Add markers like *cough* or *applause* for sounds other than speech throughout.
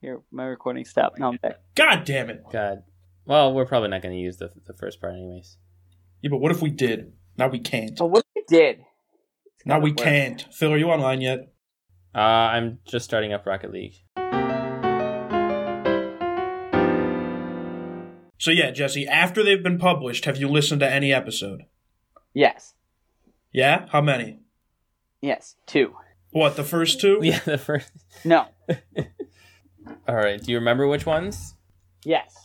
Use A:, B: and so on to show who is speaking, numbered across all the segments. A: Here, my recording stopped. Now I'm *laughs* back.
B: God damn it.
C: God. Well, we're probably not going to use the the first part anyways.
B: Yeah, but what if we did? Now we can't.
A: Well, what we did?
B: Now we
A: work.
B: can't. Phil, are you online yet?
C: Uh, I'm just starting up Rocket League. *laughs*
B: So yeah, Jesse, after they've been published, have you listened to any episode?
A: Yes,
B: Yeah? How many?
A: yes, two.
B: What, the first two?
C: Yeah, the first.
A: No,
C: All right. Do you remember which ones?
A: yes.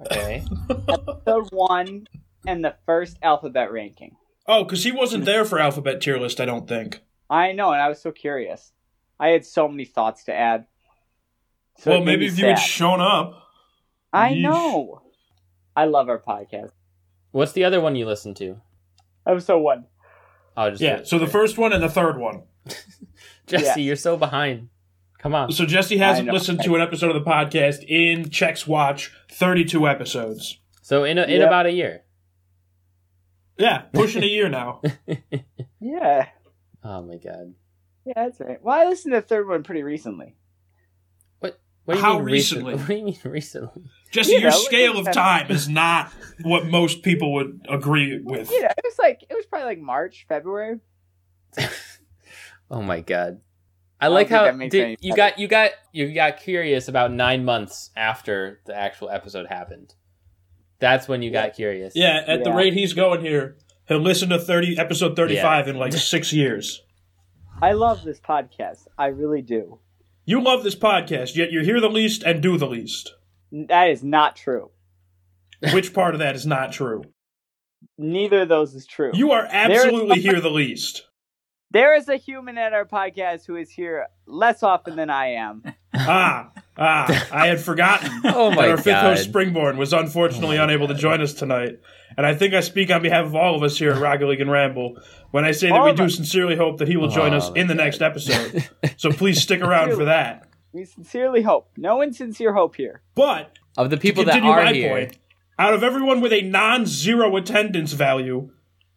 C: Okay.
A: Episode one and the first alphabet ranking.
B: Oh, because he wasn't there for alphabet tier list, I don't think.
A: I know, and I was so curious. I had so many thoughts to add. So
B: well,
A: it made me
B: maybe if you had
A: sad.
B: shown up.
A: I
B: Yeesh.
A: know. I love our podcast.
C: What's the other one you listen to?
A: Episode one.
C: I'll just
B: Yeah, so the first one and the third one.
C: Jesse,
A: Yes.
C: you're so behind. Come on.
B: So Jesse
A: I
B: hasn't
A: know.
B: listened to an episode of the podcast in Checks Watch 32 episodes.
C: So in a, in
A: Yeah.
C: about a year.
B: Yeah, pushing a
A: *laughs*
B: year now.
A: Yeah,
C: Oh my god.
A: yeah, that's right. Well, I listened to the third one pretty recently.
C: What? What do you
B: How
C: mean
B: recently?
C: *laughs* What do you mean recently?
B: Jesse,
A: You
B: your
A: know,
B: scale of
A: it's-
B: time is not what most people would agree with.
A: Yeah, it was like it was probably like March, February.
C: Oh my god. I
A: don't
C: like
A: think
C: how
A: that makes
C: dude,
A: any
C: you got you got you got curious about nine months after the actual episode happened. That's when you got curious.
B: Yeah, at the
A: Yeah.
B: rate he's going here, he'll listen to 30 episode 35 in like 6 years.
A: I love this podcast. I really do.
B: You love this podcast, yet you hear the least and do the least.
A: That is not true.
B: Which part of that is not true?
A: Neither of those is true.
B: You are
A: *laughs*
B: absolutely here the least.
A: there is a human at our podcast who is here less often than I
C: *laughs*
A: am.
B: Ah, ah, I
A: *laughs*
B: had forgotten.
C: Oh
B: that *laughs*
C: my
B: our fifth host
C: God.
B: Springborn was unfortunately
A: Oh
B: unable to join us tonight. And I think I speak on behalf of all of us here at Rocket League and Ramble when I say that
A: All
B: we
A: of
B: do
A: us.
B: sincerely hope that he will join
C: Oh
B: us
C: my
B: in the
C: God.
B: next episode. So
A: *laughs*
B: please stick around for that.
A: We sincerely hope. No insincere hope here.
B: But
C: Of the people that
B: continue
C: are
B: my
C: here.
B: point, out of everyone with a non-zero attendance value,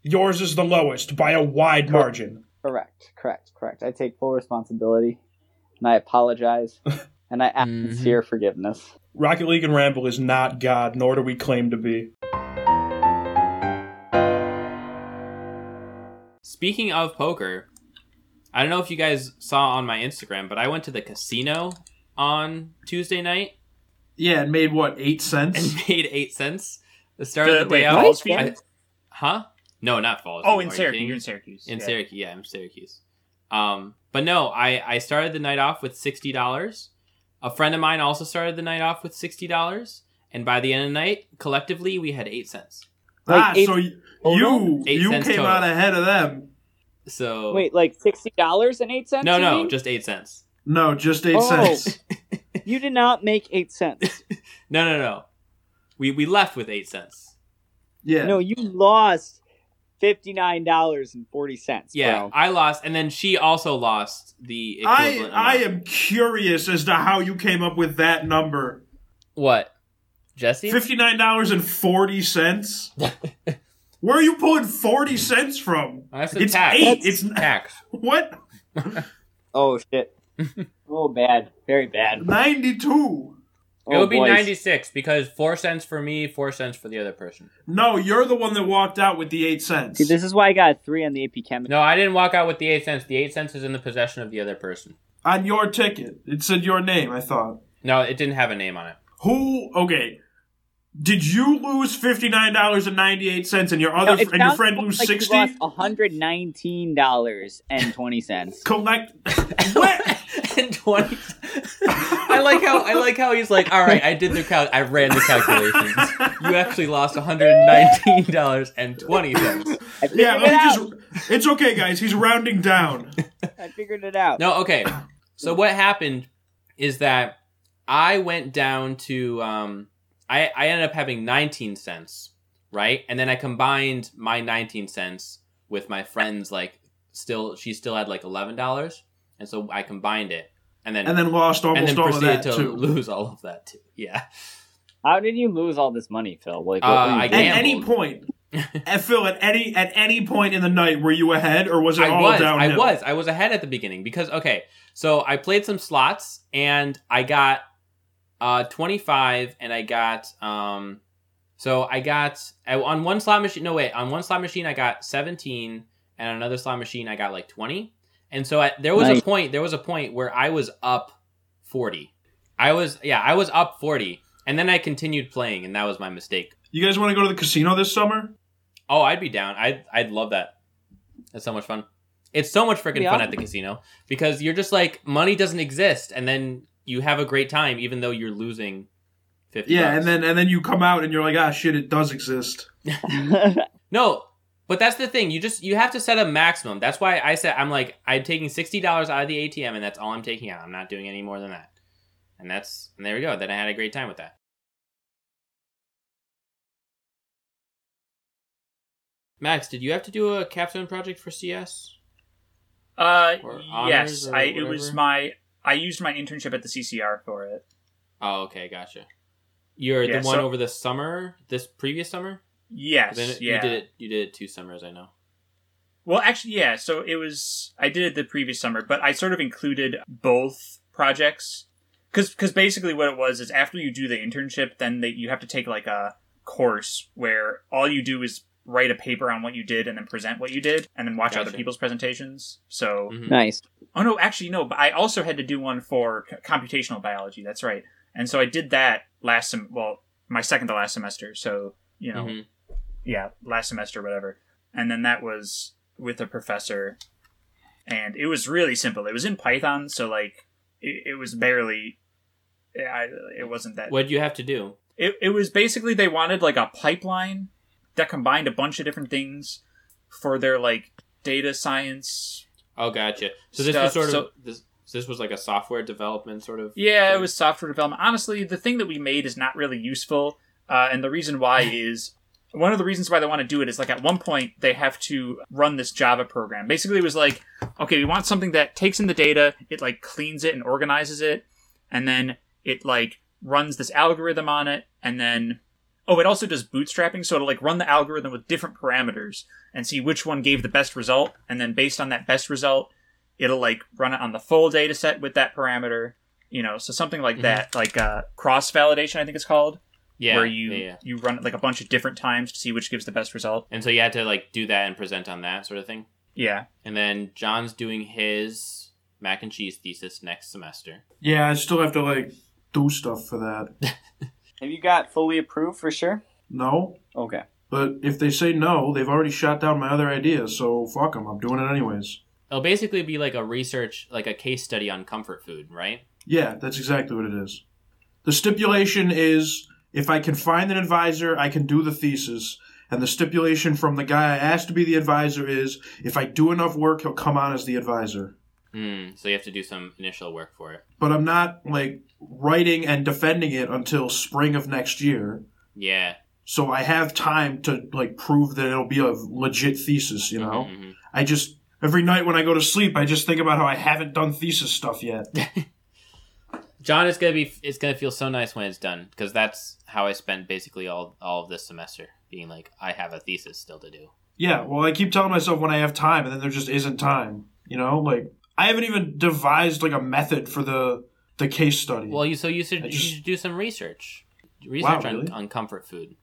B: yours is the lowest by a wide margin.
A: Correct, correct, correct. I take full responsibility and I
C: *laughs*
A: apologize and I ask
C: Mhm.
A: sincere forgiveness.
B: Rocket League and Ramble is not God, nor do we claim to be.
C: Speaking of poker, I don't know if you guys saw on my Instagram, but I went to the casino on Tuesday night *laughs*
B: Yeah, it made what eight *laughs*
C: and
B: cents.
C: made eight cents. The start of the day
D: wait,
C: out.
D: Falls
C: I-
D: Phoenix?
C: huh? No, not Falls.
D: Oh,
C: Are
D: in
C: you
D: Syracuse.
C: kidding
D: You're
C: me?
D: in Syracuse.
C: in
D: yeah.
C: Syracuse. Yeah, I'm Syracuse. Um, but no, I I started the night off with sixty dollars. A friend of mine also started the night off with sixty dollars, and by the end of the night, collectively we had eight cents.
A: Like eight-
B: Ah, you
A: total?
C: Eight cents total.
B: ahead of them.
C: So
A: Wait, like sixty dollars and eight cents?
C: no,
A: you
C: no,
A: mean?
C: just eight cents.
B: No, just eight
A: Oh.
C: *laughs*
A: you did not make eight cents.
C: No, no, no. We we left with eight cents.
B: Yeah.
A: No, you lost fifty nine dollars and forty cents.
C: Yeah,
A: bro.
C: I lost, and then she also lost the.
B: I
C: equivalent
B: I
C: amount.
B: am curious as to how you came up with that number.
C: what, Jesse?
B: Fifty nine dollars and forty
C: *laughs*
B: cents. Where are you pulling forty cents from?
C: Oh, That's a
B: It's
C: tax.
B: eight. It's
C: tax.
B: *laughs* what
A: Oh
C: *laughs*
A: shit. oh bad. Very bad.
B: ninety two.
C: it
A: Oh,
C: would be
A: boys.
C: ninety six because four cents for me, four cents for the other person.
B: No, you're the one that walked out with the eight cents.
A: See, this is why I got a three on the AP Chem.
C: No, I didn't walk out with the eight cents. The eight cents is in the possession of the other person.
B: On your ticket, it said your name. I thought.
C: No, it didn't have a name on it.
B: Who? Okay. Did you lose fifty nine dollars and ninety eight cents, and your
A: No,
B: other
A: it
B: and your
A: sounds
B: friend lose
A: like
B: sixty?
A: You lost one hundred nineteen dollars and twenty
B: *laughs*
A: cents. *laughs*
B: Collect. what?
C: *laughs* and twenty. I like how I like how he's like, all right, I did the cal- I ran the
B: *laughs*
C: calculations. You actually lost one hundred nineteen dollars and twenty cents.
B: Yeah,
A: Figured it
B: let me just. It's okay, guys. He's rounding down.
A: I figured it out.
C: No,
B: *clears throat*
C: okay. So what happened is that I went down to um, I I ended up having nineteen cents, right? And then I combined my nineteen cents with my friend's like still she still had like eleven dollars, and so I combined it and then
B: And then lost
C: and
B: almost
C: then
B: all of
C: proceeded
B: that,
C: to
B: too.
C: lose all of that too. Yeah,
A: How did you lose all this money, Phil? Like,
C: Uh,
A: were you
C: I
B: At
A: doing?
C: gambled.
B: any point, at Phil, at any at any point in the night, were you ahead or was it
C: I
B: all
C: was
B: downhill?
C: I was I was ahead at the beginning because okay, so I played some slots and I got uh, 25, and I got um, so I got I, on one slot machine. No wait, on one slot machine I got 17, and on another slot machine I got like 20. And so I, there was
A: Nice.
C: a point. There was a point where I was up 40. I was yeah, I was up 40, and then I continued playing, and that was my mistake.
B: You guys want to go to the casino this summer?
C: Oh, I'd be down. I'd I'd love that. That's so much fun. It's so much freaking
A: Yeah.
C: fun at the casino because you're just like money doesn't exist, and then you have a great time even though you're losing fifty.
B: Yeah,
C: bucks.
B: and then and then you come out and you're like, ah, shit, it does exist.
E: *laughs*
C: no, but that's the thing. You just you have to set a maximum. That's why I said I'm like I'm taking sixty dollars out of the ATM, and that's all I'm taking out. I'm not doing any more than that. And that's and there we go. Then I had a great time with that. Max, did you have to do a capstone project for CS?
D: Uh,
C: Or honors
D: yes,
C: or
D: I it was
C: whatever?
D: my I used my internship at the CCR for it.
C: Oh, okay, gotcha. You're
D: Yeah,
C: the one
D: so-
C: over the summer, this previous summer.
D: Yes,
C: Then
D: yeah.
C: You did it. You did it two summers, I know.
D: Well, actually, yeah. So it was I did it the previous summer, but I sort of included both projects because basically what it was is after you do the internship, then they, you have to take like a course where all you do is write a paper on what you did and then present what you did and then watch other
C: Gotcha.
D: people's presentations. So
C: Mhm.
A: nice.
D: oh no, actually no, but I also had to do one for c- computational biology. That's right, and so I did that last sem- well my second to last semester. So you know
C: Mhm.
D: yeah, last semester, whatever. And then that was with a professor, and it was really simple. It was in Python, so like it, it was barely, I, it wasn't that.
C: What'd you have to do?
D: It it was basically they wanted like a pipeline that combined a bunch of different things for their like data science.
C: Oh, gotcha. So this was
D: Stuff,
C: sort of
D: so-
C: this. This was like a software development sort of.
D: Yeah, it was software development. Honestly, the thing that we made is not really useful, uh, and the reason why is. One of the reasons why they want to do it is like at one point they have to run this Java program. Basically, it was like okay, we want something that takes in the data, it like cleans it and organizes it, and then it like runs this algorithm on it, and then oh, it also does bootstrapping, so it'll like run the algorithm with different parameters and see which one gave the best result, and then based on that best result, it'll like run it on the full data set with that parameter, you know, so something like
C: Mhm.
D: that, like uh, cross validation, I think it's called,
C: Yeah.
D: where you
C: yeah, yeah.
D: you run it like a bunch of different times to see which gives the best result.
C: And so you had to like do that and present on that sort of thing.
D: Yeah.
C: And then John's doing his mac and cheese thesis next semester.
B: Yeah, I still have to like do stuff for that.
A: Have you got fully approved for sure?
B: No,
A: Okay.
B: but if they say no, they've already shot down my other ideas, so fuck them. I'm doing it anyways.
C: It'll basically be like a research, like a case study on comfort food, right?
B: Yeah, that's exactly what it is. The stipulation is if I can find an advisor, I can do the thesis. And the stipulation from the guy I asked to be the advisor is if I do enough work, he'll come on as the advisor.
C: Mm, so you have to do some initial work for it.
B: But I'm not like writing and defending it until spring of next year.
C: Yeah.
B: So I have time to like prove that it'll be a legit thesis, you know?
C: Mhm,
B: I just every night when I go to sleep, I just think about how I haven't done thesis stuff yet.
C: mhm. *laughs* John, it's gonna be. It's gonna feel so nice when it's done because that's how I spent basically all all of this semester, being like, I have a thesis still to do.
B: Yeah, well, I keep telling myself when I have time, and then there just isn't time. You know, like I haven't even devised like a method for the the case study.
C: Well, you so you should,
B: I
C: you
B: just-
C: should do some research, research on,
B: really?
C: on comfort food.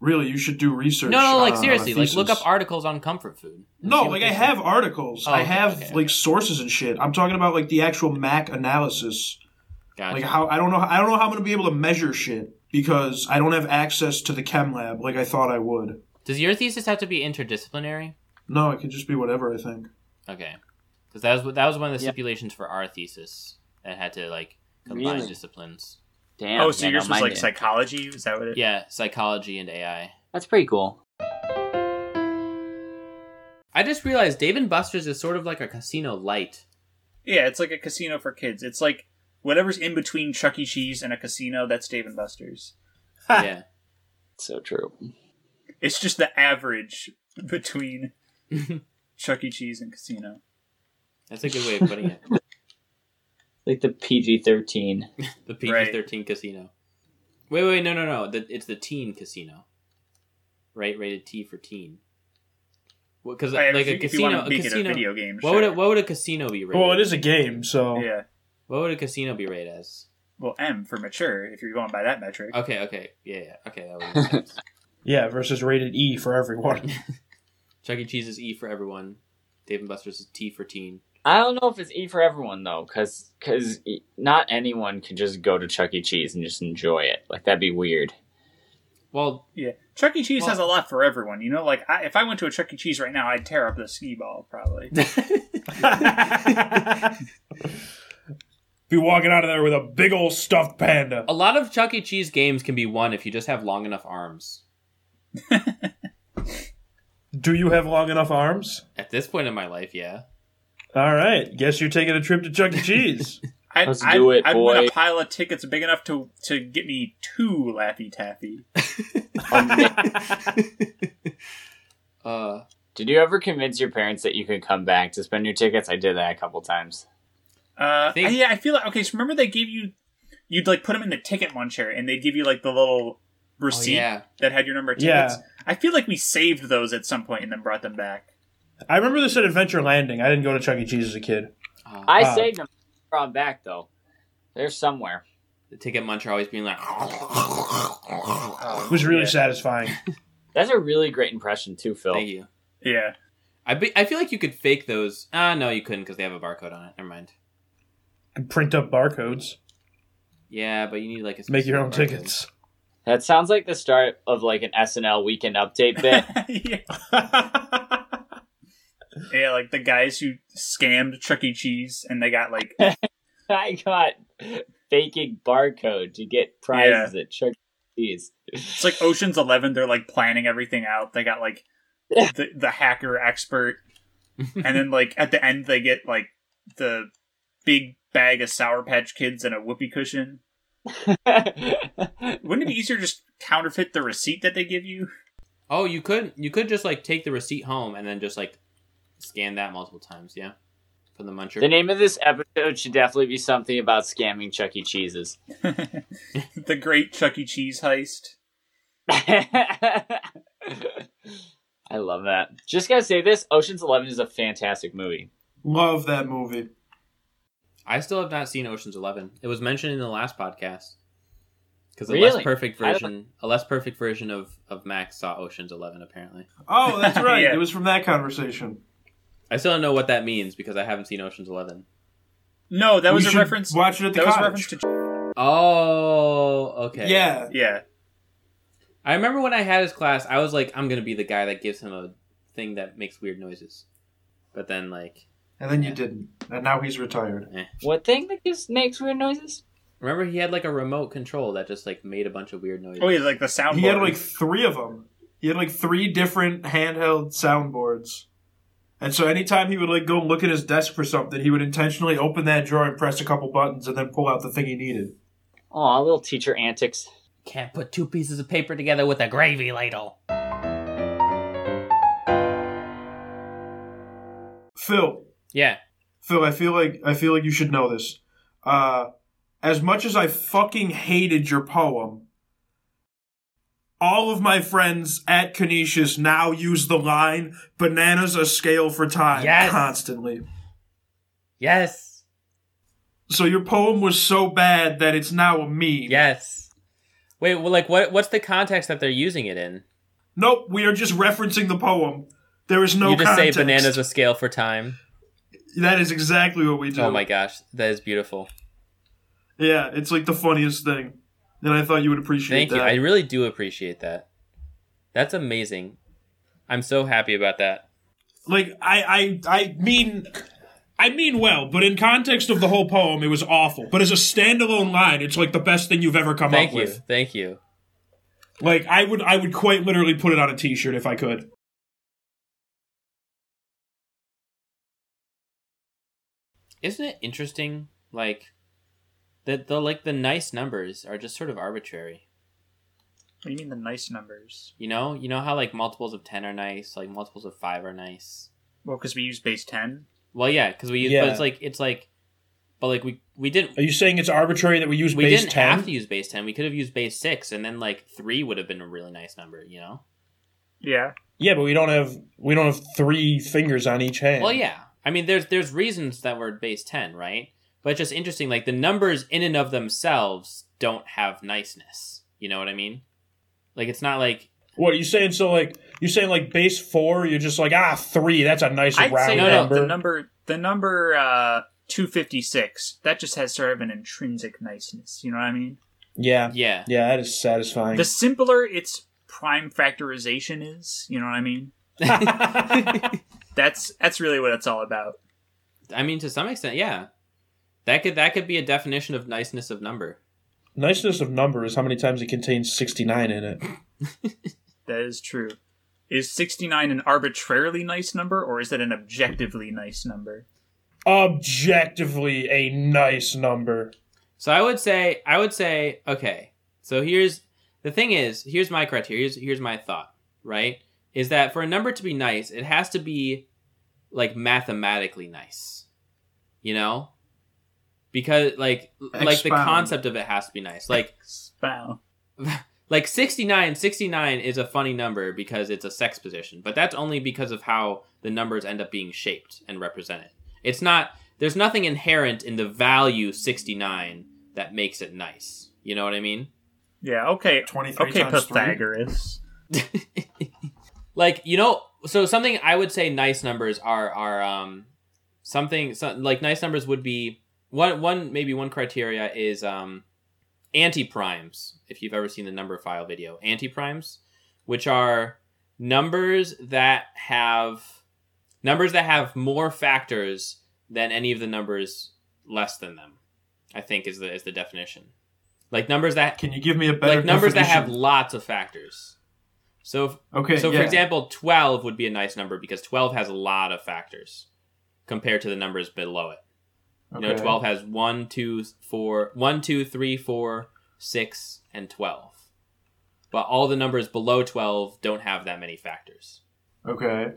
B: really, you should do research.
C: No, no,
B: on
C: like
B: a
C: seriously, like look
B: thesis.
C: up articles on comfort food. and
B: No,
C: see what
B: like
C: they
B: I
C: say.
B: have articles.
C: Oh,
B: I
C: okay,
B: have
C: okay, okay.
B: like sources and shit. I'm talking about like the actual Mac analysis.
C: Gotcha.
B: Like how I don't know I don't know how I'm gonna be able to measure shit because I don't have access to the chem lab like I thought I would.
C: Does your thesis have to be interdisciplinary?
B: No, it could just be whatever I think.
C: Okay, because that was what- that was one of the
A: Yeah.
C: stipulations for our thesis that had to like combine
A: Really?
C: disciplines.
A: Damn.
D: oh, so
A: man,
D: yours
A: no,
D: was
A: mine
D: like
A: didn't.
D: psychology? Is that what it?
C: Yeah, psychology and AI.
A: That's pretty cool.
C: I just realized Dave and Buster's is sort of like a casino
D: *laughs*
C: light.
D: Yeah, it's like a casino for kids. It's like whatever's in between Chuck E. Cheese and a casino. That's Dave and Buster's.
A: Ha.
C: yeah,
A: So true.
D: It's just the average
C: *laughs*
D: between Chuck E. Cheese and casino.
C: that's a good way of putting it.
A: Like the PG thirteen.
D: *laughs*
C: The PG thirteen casino. Wait, wait, no, no, no. The, it's the teen casino, right? Rated T for teen. Because
D: I mean,
C: like a
D: if you
C: casino,
D: want to
C: a
D: make it a
C: casino.
D: video game,
C: What
D: sure.
C: would a, what would a casino be rated?
B: Well, it is a game, so
D: Yeah,
C: What would a casino be rated as?
D: well M for mature if you're going by that metric.
C: Okay, okay, yeah, yeah, okay. That would
D: *laughs*
C: make sense.
B: Yeah, versus rated E for everyone.
C: Chuck E. Cheese is E for everyone. Dave and Buster's is T for teen.
E: I don't know if it's E for everyone though, because not anyone can just go to Chuck E. Cheese and just enjoy it. Like that'd be weird.
C: Well,
D: *laughs* Yeah, Chuck E. Cheese
C: Well-
D: has a lot for everyone. You know, like I, if I went to a Chuck E. Cheese right now, I'd tear up the skee ball
C: *laughs*
D: probably.
B: Be walking out of there with a big old stuffed panda.
C: a lot of Chuck E. Cheese games can be won if you just have long enough arms.
B: Do you have long enough arms?
C: At this point in my life, yeah.
B: All right, guess you're taking a trip to Chuck E. Cheese.
D: I'd,
E: Let's
D: I'd,
E: do it,
D: I'd want
E: boy.
D: a pile of tickets big enough to to get me two Laffy Taffy.
C: Uh,
E: Did you ever convince your parents that you could come back to spend your tickets? I did that a couple times.
D: Uh,
C: Think-
D: yeah, I feel like okay. So remember they gave you, you'd like put them in the ticket muncher, and they'd give you like the
C: oh,
D: little receipt
C: yeah.
D: that had your number of
B: Yeah.
D: tickets. I feel like we saved those at some point and then brought them back.
B: I remember this at Adventure Landing. I didn't go to Chuck E. Cheese as a kid.
C: Uh,
E: I
B: Wow.
E: saved them. Brought 'em back though. They're somewhere.
C: the ticket muncher always being like,
D: Oh.
B: It was really
E: Yeah.
B: satisfying.
E: That's a really great impression too, Phil.
C: thank you.
D: Yeah,
C: I, be, I feel like you could fake those. Ah, no, you couldn't because they have a barcode on it. Never mind.
B: And print up barcodes,
C: Yeah, but you need like a
B: make your own
C: specific barcode.
B: tickets.
E: That sounds like the start of like an SNL weekend update
D: *laughs*
E: bit.
D: yeah, yeah. Like the guys who scammed Chuck E. Cheese and they got like
E: *laughs* I got faking barcode to get prizes at Chuck E. Cheese. *laughs*
D: it's like Ocean's Eleven. They're like planning everything out. They got like the the hacker expert, and then like at the end they get like the big bag of Sour Patch Kids and a whoopee cushion. Wouldn't it be easier to just counterfeit the receipt that they give you? *laughs*
C: Oh, you could you could just like take the receipt home and then just like scan that multiple times. Yeah, from the muncher.
E: the name of this episode should definitely be something about scamming Chuck E. Cheese's. *laughs*
D: The great Chuck E. Cheese heist.
E: I love that. Just gotta say this: Ocean's Eleven is a fantastic movie.
B: Love that movie.
C: I still have not seen Ocean's Eleven. It was mentioned in the last podcast because a less
E: Really?
C: perfect
E: I don't-
C: version, a less perfect version of of Max saw Ocean's Eleven. Apparently,
B: Oh,
D: *laughs*
B: that's right.
D: Yeah.
B: It was from that conversation.
C: I still don't know what that means because I haven't seen Ocean's Eleven.
D: No, that was
B: You
D: a
B: should
D: reference. That
B: Watch it at the
D: was a
B: cottage.
D: reference to.
C: Oh, okay.
B: Yeah,
D: Yeah,
C: I remember when I had his class, I was like, I'm gonna be the guy that gives him a thing that makes weird noises, but then like,
B: and then you
C: Yeah.
B: didn't, and now he's retired.
C: eh.
E: What thing that just makes weird noises?
C: remember he had like a remote control that just like made a bunch of weird noises.
D: oh yeah, like the soundboard.
B: He had like three of them. He had like three different handheld soundboards. And so anytime he would like go look at his desk for something, he would intentionally open that drawer and press a couple buttons and then pull out the thing he needed.
E: Aw, little teacher antics.
C: Can't put two pieces of paper together with a gravy ladle.
B: Phil,
C: Yeah.
B: Phil, I feel like I feel like you should know this. Uh, as much as I fucking hated your poem, all of my friends at Canisius now use the line "bananas a scale for time"
C: Yes.
B: constantly.
C: Yes.
B: So your poem was so bad that it's now a meme.
C: Yes. Wait, well, like, what? What's the context that they're using it in?
B: Nope, we are just referencing the poem. There is no
C: you just
B: context.
C: say bananas a scale for time.
B: That is exactly what we do.
C: Oh my gosh, that is beautiful.
B: Yeah, it's like the funniest thing. And I thought you would appreciate
C: Thank you.
B: that.
C: I really do appreciate that. That's amazing. I'm so happy about that.
B: like I, I I mean I mean well, but in context of the whole poem, it was awful. But as a standalone line, it's like the best thing you've ever come
C: Thank
B: up
C: you.
B: with.
C: Thank you.
B: Like I would I would quite literally put it on a t-shirt if I could.
C: Isn't it interesting? Like, that the like the nice numbers are just sort of arbitrary.
D: What do you mean the nice numbers?
C: You know, you know how like multiples of ten are nice, like multiples of five are nice.
D: Well, because we use base ten.
C: Well, yeah, because we use,
B: Yeah.
C: but it's like it's like, but like we we didn't
B: Are you saying it's arbitrary that we use
C: we
B: base
C: didn't
B: 10?
C: have to use base ten. We could have used base six, and then like three would have been a really nice number. You know.
D: Yeah,
B: Yeah, but we don't have we don't have three fingers on each hand.
C: Well, yeah. I mean, there's there's reasons that we're base ten, right? But it's just interesting, like the numbers in and of themselves don't have niceness. You know what I mean? Like it's not like
B: What are you saying? So like you're saying like base four, you're just like ah three. That's a nice
D: I'd
B: round
D: say
C: no,
D: that
B: number.
D: the number the number uh, two fifty six that just has sort of an intrinsic niceness. You know what I mean?
B: yeah,
C: yeah.
B: yeah, that is satisfying.
D: The simpler its prime factorization is, you know what I mean? That's that's really what it's all about.
C: *laughs* I mean to some extent, yeah. That could that could be a definition of niceness of number.
B: Niceness of number is how many times it contains sixty nine in it.
D: That is true. Is sixty nine an arbitrarily nice number, or is it an objectively nice number?
B: Objectively, a nice number.
C: So I would say I would say okay. So here's the thing is here's my criteria. Here's here's my thought. Right is that for a number to be nice, it has to be like mathematically nice. You know, because like like the
B: Expound.
C: concept of it has to be nice. Like
D: Wow.
C: like 69 69 is a funny number because it's a sex position but that's only because of how the numbers end up being shaped and represented it's not there's nothing inherent in the value 69 that makes it nice you know what i mean
D: Yeah. Okay.
B: 23
D: Okay,
B: times three.
D: Pythagoras.
C: *laughs* like you know so something i would say nice numbers are are um something so, like nice numbers would be one one maybe one criteria is um anti-primes if you've ever seen the number file video anti-primes which are numbers that have numbers that have more factors than any of the numbers less than them i think is the is the definition like numbers that
B: Can you give me a better
C: like numbers that have
B: definition?
C: lots of factors so if,
B: okay?
C: so,
B: yeah.
C: for example, 12 would be a nice number because 12 has a lot of factors compared to the numbers below it. You know,
B: Okay.
C: 12 has 1, 2, 4, 1, 2, 3, 4, 6, and 12. But all the numbers below 12 don't have that many factors.
B: Okay.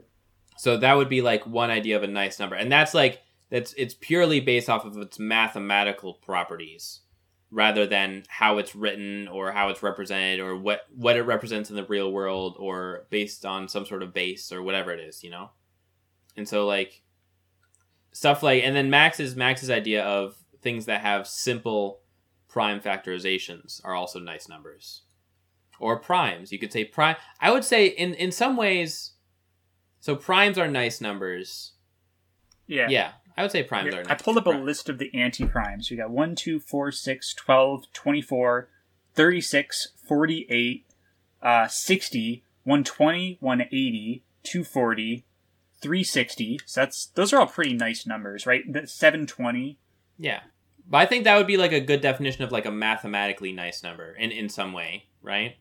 C: So that would be like one idea of a nice number. And that's like, that's it's purely based off of its mathematical properties rather than how it's written or how it's represented or what what it represents in the real world or based on some sort of base or whatever it is, you know? And so like stuff like and then Max's Max's idea of things that have simple prime factorizations are also nice numbers. Or primes. You could say prime I would say in in some ways so primes are nice numbers.
D: Yeah.
C: Yeah. I would say primes are nice.
D: I pulled up a
C: numbers.
D: list of the anti primes. We got 1, 2, 4, 6, 12, 24, 36, 48, uh, 60, 120, 180, 240, 360. So that's those are all pretty nice numbers, right? The 720.
C: Yeah. But I think that would be like a good definition of like a mathematically nice number in in some way, right?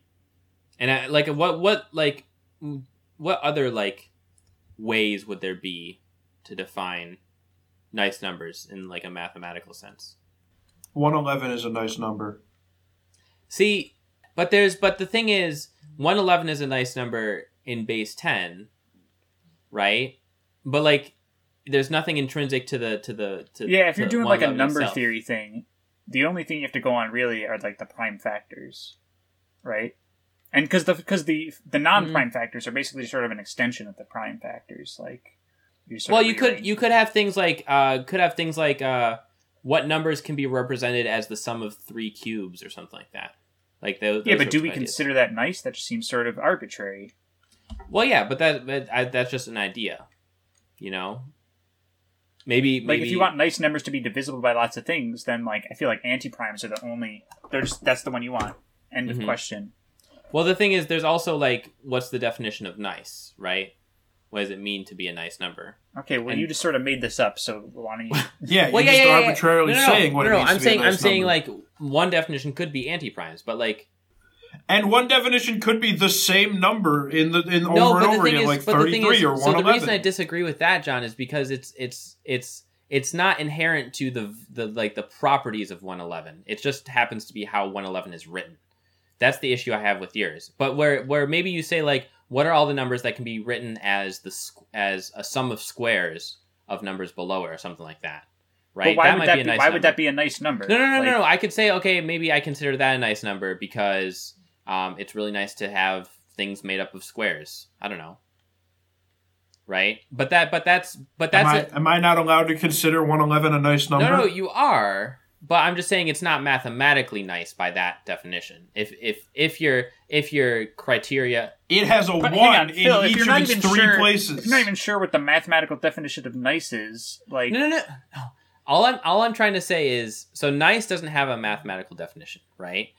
C: And I, like what what like w- what other like ways would there be to define nice numbers in like a mathematical sense?
B: One eleven is a nice number.
C: See, but there's but the thing is, one eleven is a nice number in base ten, right? But like, there's nothing intrinsic to the to the to
D: Yeah, if
C: to
D: you're doing like a
C: 111
D: number
C: itself.
D: theory thing, the only thing you have to go on really are like the prime factors, right? And because the because the the non
C: Mm-hmm.
D: prime factors are basically sort of an extension of the prime factors, like. you sort
C: well
D: of
C: you could
D: rearrange
C: you could have things like uh could have things like uh what numbers can be represented as the sum of three cubes or something like that like those,
D: Yeah,
C: those
D: but
C: sorts
D: do
C: of
D: we
C: ideas.
D: consider that nice? That just seems sort of arbitrary.
C: well yeah but that but I, that's just an idea you know maybe
D: Like,
C: maybe
D: if you want nice numbers to be divisible by lots of things, then like I feel like anti-primes are the only. They're just that's the one you want. End
C: Mhm.
D: of question.
C: well the thing is there's also like what's the definition of nice right what does it mean to be a nice number
D: Okay, well
C: And-
D: you just sort of made this up, so
C: *laughs*
D: why don't you?
B: Yeah,
C: well,
B: you're just
C: yeah, yeah, yeah, yeah.
B: arbitrarily
C: No, no, no,
B: saying what
C: no,
B: it
C: no,
B: means
C: I'm
B: to
C: saying
B: be a nice
C: I'm saying
B: number.
C: like one definition could be anti-primes, but like
B: and one definition could be the same number in the in
C: no,
B: over
C: but
B: and
C: the
B: over
C: thing
B: again,
C: is,
B: like
C: but the
B: thirty
C: thing
B: three
C: is,
B: or
C: so
B: one
C: the reason I
B: eleven.
C: disagree with that, John, is because it's it's it's it's not inherent to the the like the properties of 111. It just happens to be how 111 is written. That's the issue I have with yours. But where where maybe you say like, what are all the numbers that can be written as the squ- as a sum of squares of numbers below it or something like that, right?
D: But why would that be?
C: nice
D: why would
C: number.
D: that be a nice number?
C: No, no, no,
D: Like,
C: no, no. I could say, okay, maybe I consider that a nice number because um, it's really nice to have things made up of squares. I don't know. right? But that but that's but
B: Am
C: that's
B: I,
C: a-
B: am I not allowed to consider 111 a nice number?
C: No, no, you are. But I'm just saying it's not mathematically nice by that definition. If if if your if your criteria,
B: it has a
D: But hang
B: one
D: on,
B: in
D: Phil, if
B: each
D: you're
B: of
D: not
B: its
D: even
B: three
D: sure-
B: places.
D: If you're not even sure what the mathematical definition of nice is, like
C: no, no, no, no. All I'm all I'm trying to say is so nice doesn't have a mathematical definition, right?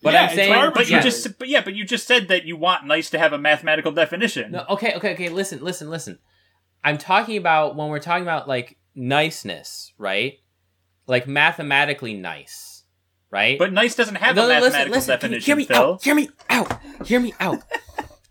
C: But
B: Yeah,
C: I'm
B: it's
C: saying,
D: But
B: arbitrary.
D: you
C: yeah.
D: just, but yeah, but you just said that you want nice to have a mathematical definition.
C: No, okay, okay, okay. Listen, listen, listen. I'm talking about when we're talking about like niceness, right? Like mathematically nice, right?
D: But nice doesn't have
C: No,
D: a
C: no,
D: mathematical
C: can you
D: definition, Phil.
C: Hear me out. Hear me out. *laughs* Hear me out.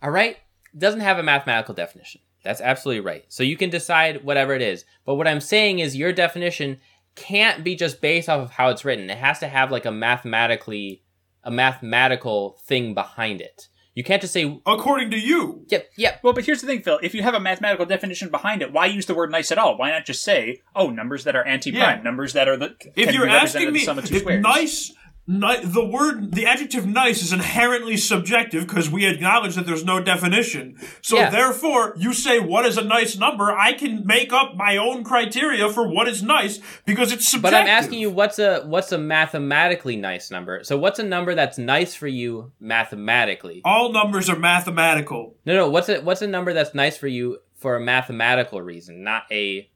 C: All right? Doesn't have a mathematical definition. That's absolutely right. So you can decide whatever it is. But what I'm saying is your definition can't be just based off of how it's written. It has to have like a mathematically a mathematical thing behind it. You can't just say
B: According to you,
C: yep, yep.
D: Well, but here's the thing, Phil. If you have a mathematical definition behind it, why use the word nice at all? Why not just say, "Oh, numbers that are anti-prime,
B: Yeah.
D: numbers that are the
B: if
D: can
B: you're
D: be represented
B: asking
D: as
B: me,
D: sum of two
B: if
D: squares."
B: nice, ni- the word, the adjective nice is inherently subjective because we acknowledge that there's no definition. So
C: Yeah.
B: therefore, you say what is a nice number, I can make up my own criteria for what is nice because it's subjective.
C: But I'm asking you what's a what's a mathematically nice number? So what's a number that's nice for you mathematically?
B: All numbers are mathematical.
C: No, no. What's a what's a number that's nice for you for a mathematical reason, not a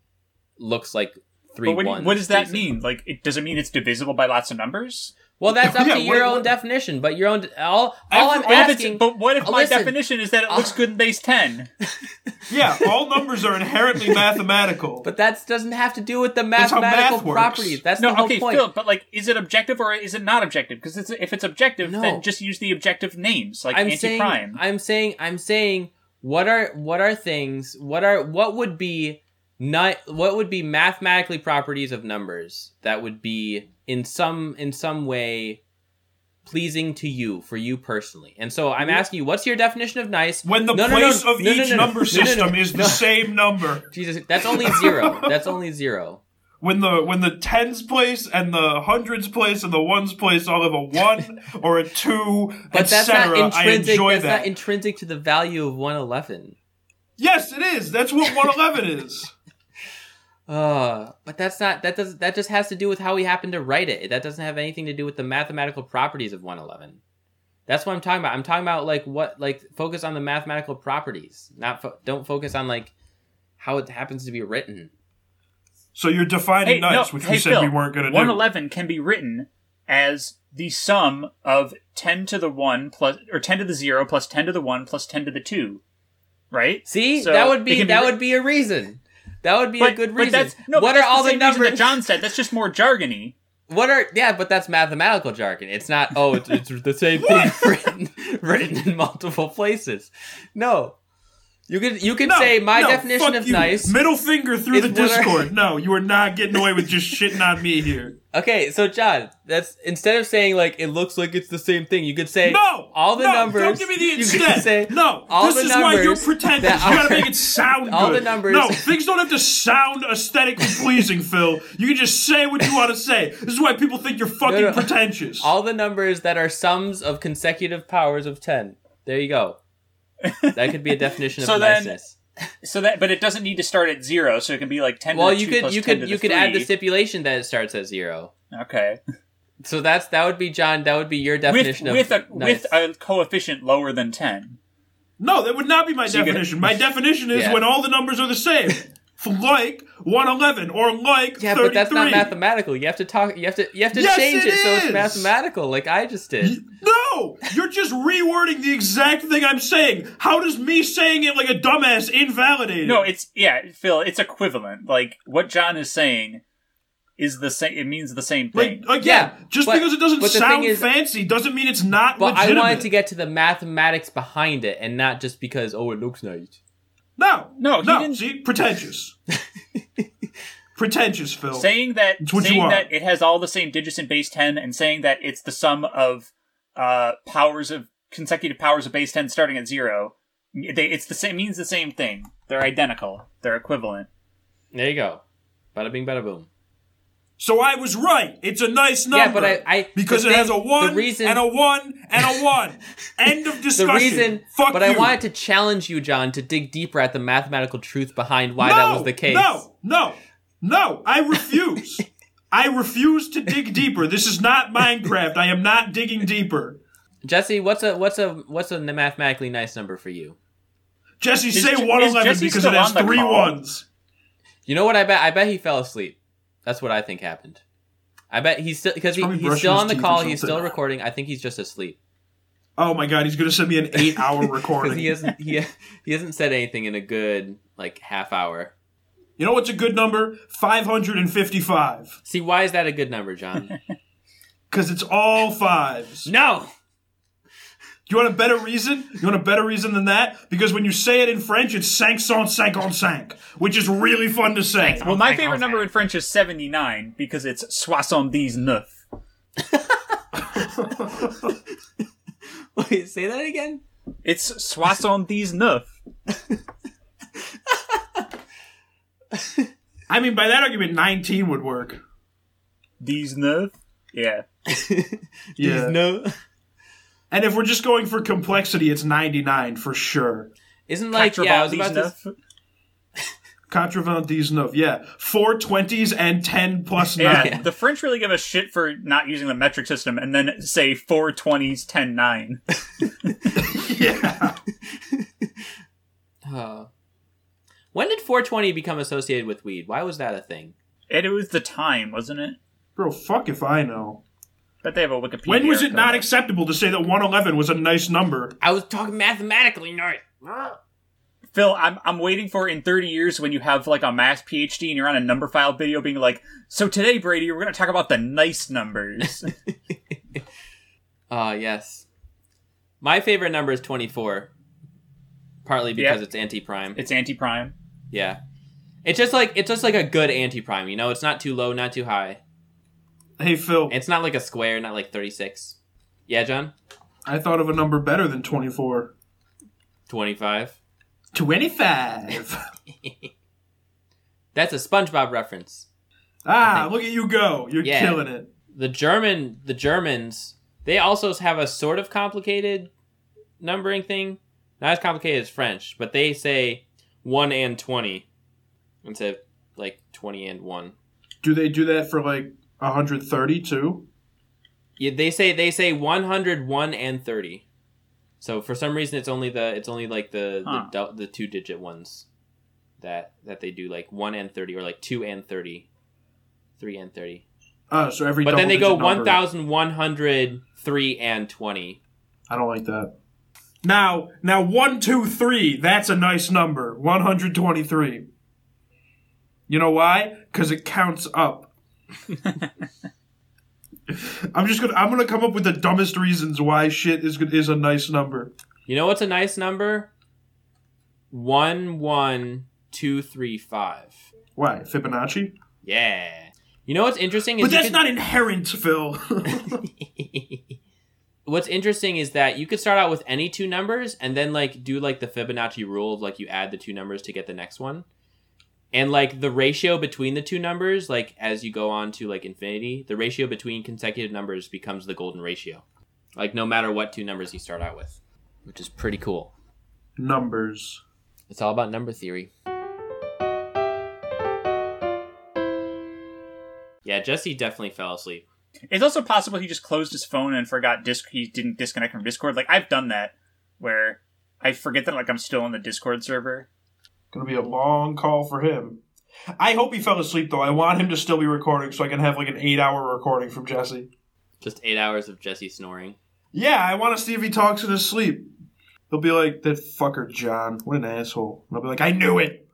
C: looks like three
D: But what, do you-
C: ones
D: what does that
C: reason?
D: mean? Like, it, does it mean it's divisible by lots of numbers?
C: Well,
D: *laughs*
C: that's up
B: Yeah,
C: to your
B: what-
C: own
B: what-
C: definition, but your own all all I'm
D: What if it's-
C: asking.
D: but what if
C: Oh,
D: my
C: listen. Ah.
D: definition is that it looks good in base ten?
B: Yeah, all numbers are inherently
C: *laughs*
B: mathematical.
C: But that doesn't have to do with the
B: how math
C: mathematical
B: works.
C: properties. *laughs* That's
D: No,
C: the whole
D: okay,
C: point.
D: Phil, but like, is it objective or is it not objective? Because it's, if it's objective,
C: No.
D: then just use the objective names, like
C: I'm saying,
D: anti-prime.
C: I'm saying, I'm saying, what are what are things? What are what would be not what would be mathematically properties of numbers that would be in some in some way pleasing to you for you personally? And so I'm asking you, what's your definition of nice?
B: when the
C: No, no, no,
B: place of
C: no, no,
B: each
C: *laughs* no, no,
B: number
C: no, no, no,
B: system is the
C: no.
B: same number.
C: Jesus, that's only zero. that's only zero.
B: When the when the tens place and the hundreds place and the ones place all have a
C: *laughs*
B: one or a two, *laughs*
C: But that's not
B: etc. I
C: intrinsic.
B: enjoy
C: That's
B: that.
C: not intrinsic to the value of one eleven.
B: yes, it is. That's
C: *laughs*
B: what one eleven is.
C: Uh, but that's not that does that just has to do with how we happen to write it. That doesn't have anything to do with the mathematical properties of 111. That's what I'm talking about. I'm talking about like what like focus on the mathematical properties. Not fo- don't focus on like how it happens to be written.
B: So you're defining
D: hey,
B: nice,
D: no,
B: which
D: hey,
B: we said
D: Phil,
B: we weren't going to do.
D: 111 can be written as the sum of 10 to the 1 plus, or 10 to the 0 plus 10 to the 1 plus 10 to the 2. Right?
C: See,
D: So
C: that would
D: it
C: be,
D: can
C: that
D: writ-
C: would be a reason. That would be
D: but,
C: a good
D: but
C: reason.
D: that's, no, but
C: what are
D: that's
C: all the
D: the, same reason
C: numbers?
D: that John said? That's just more jargony.
C: what are yeah? But that's mathematical jargon. It's not. Oh, it's, it's the
B: *laughs*
C: same thing written written in multiple places. No, you could you could
B: No,
C: say my
B: no,
C: definition
B: fuck
C: of
B: you.
C: nice
B: Middle finger through
C: is
B: the
C: what I-
B: Discord. No, you are not getting away with just shitting on me here.
C: Okay, so John, that's instead of saying like it looks like it's the same thing, you could say
B: No,
C: all the
B: no,
C: numbers.
B: Don't give me the
C: you could
B: instead.
C: say,
B: no,
C: all
B: this
C: the
B: is why you're
C: numbers
B: pretending. You
C: that
B: gotta
C: are-
B: make it sound
C: all the
B: good.
C: numbers-
B: No, things don't have to sound aesthetically
C: *laughs*
B: pleasing, Phil. You can just say what you want to say. This is why people think you're fucking
C: No, no.
B: pretentious.
C: *laughs* all the numbers that are sums of consecutive powers of ten. There you go. That could be a definition
D: So
C: of
D: then-
C: niceness.
D: So that, but it doesn't need to start at 0, so it can be like 10
C: Well,
D: to the
C: you
D: 2
C: could
D: plus
C: you
D: 10
C: could
D: to
C: you
D: the
C: could add
D: 3.
C: the stipulation that it starts at zero.
D: Okay.
C: So that's that would be John. That would be your
D: With,
C: definition
D: with, a,
C: of nice.
D: with a coefficient lower than 10.
B: no, that would not be my
D: you could-
B: definition. my definition is
C: Yeah.
B: when all the numbers are the same. F- like 111 or like
C: yeah,
B: 33.
C: but that's not mathematical. You have to talk. You have to you have to
B: Yes,
C: change
B: it
C: it, so
B: is!
C: it's mathematical, like I just did.
B: No! You're just rewording the exact thing I'm saying. How does me saying it like a dumbass invalidate it?
D: No, it's yeah, Phil. It's equivalent. Like what John is saying is the same. It means the same
B: Like
D: thing.
B: again,
C: Yeah,
B: just
C: but-
B: because it doesn't
C: but the
B: sound
C: thing is-
B: fancy doesn't mean it's not
C: But I
B: legitimate.
C: wanted to get to the mathematics behind it, and not just because oh it looks nice.
B: no,
D: No, he
B: no.
D: didn't-
B: See,
C: *laughs*
B: pretentious, pretentious, Phil.
D: saying that
B: It's what you
D: saying
B: are.
D: that it has all the same digits in base ten, and saying that it's the sum of uh powers of consecutive powers of base ten starting at zero. They, it's the same. Means the same thing. They're identical. They're equivalent.
C: There you go. Bada bing, bada boom.
B: So I was right. It's a nice number.
C: Yeah, but I- I-
B: because
C: the
B: it has a
C: thing- the
B: one
C: reason-
B: and a one and a
C: *laughs*
B: one. End of
C: The
B: discussion.
C: reason,
B: Fuck
C: but
B: you.
C: I wanted to challenge you, John, to dig deeper at the mathematical truth behind why that was the case.
B: No, no, no. I refuse. I refuse to dig deeper. This is not Minecraft. I am not digging deeper.
C: Jesse, what's a what's a what's a mathematically nice number for you?
B: Jesse,
D: Is
B: say
D: Je- is
B: 111
D: Jesse
B: because
D: still
B: it has
D: on the
B: three
D: call?
B: ones.
C: You know what? I bet I bet he fell asleep. That's what I think happened. I bet he's still because he,
B: probably
C: he's still
B: brushing
C: on the
B: his teeth or
C: call. He's
B: something.
C: still recording. I think he's
B: *laughs*
C: just asleep
B: Oh my god, he's going to send me an eight
C: *laughs*
B: hour
C: because
B: recording.
C: he hasn't he he hasn't said anything in a good like half hour.
B: you know what's a good number? 555.
C: See, why is that a good
B: *laughs*
C: number, John?
B: Because it's all fives.
C: no.
B: You want a better reason? You want a better reason than that? Because when you say it in French, it's cinq cent cinquante cinq, which is really fun to say.
D: Well, my favorite number in French is 79 because it's soixante-dix-neuf.
C: Wait, say that again.
D: It's soixante-dix-neuf.
B: I mean, by that argument, 19 would work.
D: Dix-neuf? Yeah.
B: Yeah.
C: No.
B: and if we're just going for complexity, it's 99 for sure.
C: Isn't like yeah, I was about to.
D: Quatre-vingt-dix-neuf.
B: Contravendisneuf, yeah. Four 20s and 10
C: *laughs*
B: plus 9.
D: Yeah, the French really give a shit for not using the metric system and then say 420s 10 9.
B: *laughs* Yeah.
C: Oh. When did 420 become associated with weed? Why was that a thing?
D: And it was the time, wasn't it?
B: Bro, fuck if I know.
D: But they have a Wikipedia.
B: When was it
D: article.
B: not acceptable to say that 111 was a nice number?
C: I was talking mathematically, nerd.
D: Phil, I'm, I'm waiting for in 30 years when you have like a mass PhD and you're on a number file video being like, so today, Brady, we're going to talk about the
B: *laughs*
D: nice numbers.
C: Ah, yes. My favorite number is 24. Partly because
D: Yeah.
C: it's anti-prime.
D: it's anti prime.
C: yeah. It's just like it's just like a good anti-prime, you know? It's not too low, not too high.
B: Hey, Phil,
C: It's not like a square, not like 36. Yeah, John?
B: I thought of a number better than 24.
C: 25.
B: 25. *laughs*
C: That's a SpongeBob reference.
B: ah, look at you go. You're
C: Yeah.
B: killing it.
C: The German, the Germans, they also have a sort of complicated numbering thing. Not as complicated as French, but they say 1 and 20 instead of like 20 and 1.
B: Do they do that for like 130 too?
C: Yeah, they say they say 101 and 30. So for some reason it's only the it's only like the the,
D: Huh.
C: del- the two digit ones that that they do like 1 and 30 or like 2 and 30. 3 and 30.
B: Ah, so every
C: But then they go
B: double-digit number.
C: 1103 and 20.
B: I don't like that. Now, now one, two, three. That's a nice number. One hundred twenty-three. You know why? Because it counts *laughs* up. I'm just gonna. I'm gonna come up with the dumbest reasons why shit is good- is a nice number.
C: You know what's a nice number? 11235.
B: Why Fibonacci?
C: Yeah. You know what's interesting is
B: But
C: you
B: that's
C: could-
B: not inherent,
C: *laughs*
B: Phil.
C: What's interesting is that you could start out with any two numbers and then like do like the Fibonacci rule of like you add the two numbers to get the next one. And like the ratio between the two numbers, like as you go on to like infinity, the ratio between consecutive numbers becomes the golden ratio. Like no matter what two numbers you start out with, which is pretty cool.
B: Numbers.
C: It's all about number theory. Yeah, Jesse definitely fell asleep.
D: It's also possible he just closed his phone and forgot disc. He didn't disconnect from Discord. Like I've done that, where I forget that like I'm still on the Discord server.
B: Gonna be a long call for him. I hope he fell asleep though. I want him to still be recording so I can have like an eight-hour recording from Jesse.
C: Just 8 hours of Jesse snoring.
B: Yeah, I want to see if he talks in his sleep. He'll be like, that fucker John, what an asshole. And I'll be like, I knew it.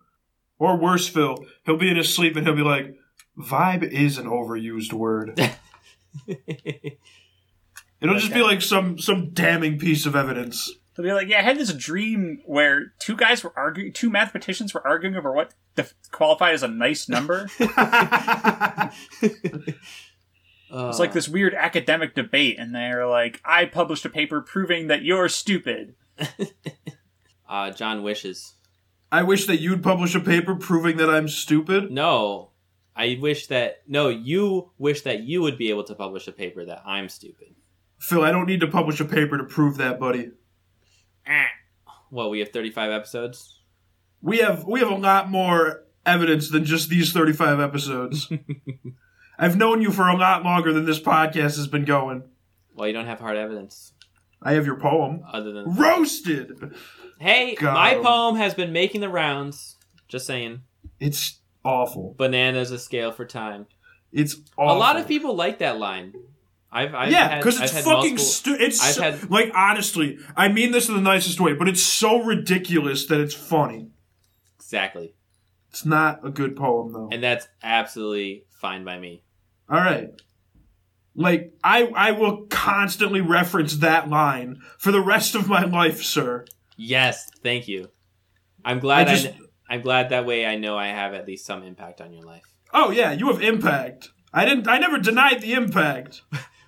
B: Or worse, Phil, he'll be in his sleep and he'll be like, vibe is an overused word. It'll just be like some some damning piece of evidence.
D: They'll be like, "Yeah, I had this dream where two guys were arguing, two mathematicians were arguing over what def- qualified as a nice number. It's
C: It's
D: like this weird academic debate, and they're like, "I published a paper proving that you're stupid."
C: Uh, John wishes.
B: I wish that you'd publish a paper proving that I'm stupid.
C: No, I wish that no, you wish that you would be able to publish a paper that I'm stupid.
B: Phil, I don't need to publish a paper to prove that, buddy.
C: Well, we have 35 episodes.
B: We have we have a lot more evidence than just these 35 episodes. I've known you for a lot longer than this podcast has been going.
C: Well, you don't have hard evidence
B: I have your poem.
C: other than
B: Roasted.
C: Hey,
B: God.
C: my poem has been making the rounds. Just saying.
B: It's awful.
C: Bananas a scale for time.
B: It's awful.
C: A lot of people like that line. I've, I've
B: yeah,
C: had-
B: because
C: I've
B: it's
C: had
B: fucking
C: multiple-
B: stu- it's
C: I've
B: so-
C: had-
B: like honestly, I mean this in the nicest way, but it's so ridiculous that it's funny.
C: exactly,
B: It's not a good poem though.
C: and that's absolutely fine by me.
B: All right. Like I I will constantly reference that line for the rest of my life, sir.
C: Yes, thank you. I'm glad.
B: I
C: I
B: just-
C: am glad that way. I know I have at least some impact on your life.
B: Oh yeah, you have impact. I didn't I never denied the impact.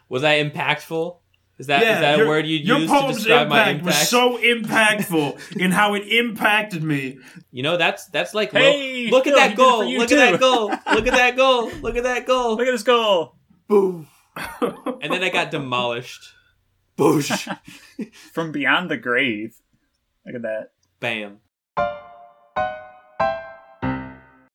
C: Was I impactful? Is that is
B: yeah,
C: that
B: your-
C: a word you'd
B: your
C: use to
B: poem's
C: describe my
B: impact
C: impact?
B: was so impactful in how it impacted me.
C: you know, that's that's like
D: Hey,
C: look, look
D: Phil,
C: at that
D: he did it for
C: goal.
D: you
C: Look
D: too.
C: at that goal. Look at that goal. Look at that goal.
D: *laughs*
B: *laughs*
D: Look at this goal
C: Boom. and then I got demolished. Boosh.
B: *laughs*
D: from beyond the grave. Look at that.
C: Bam.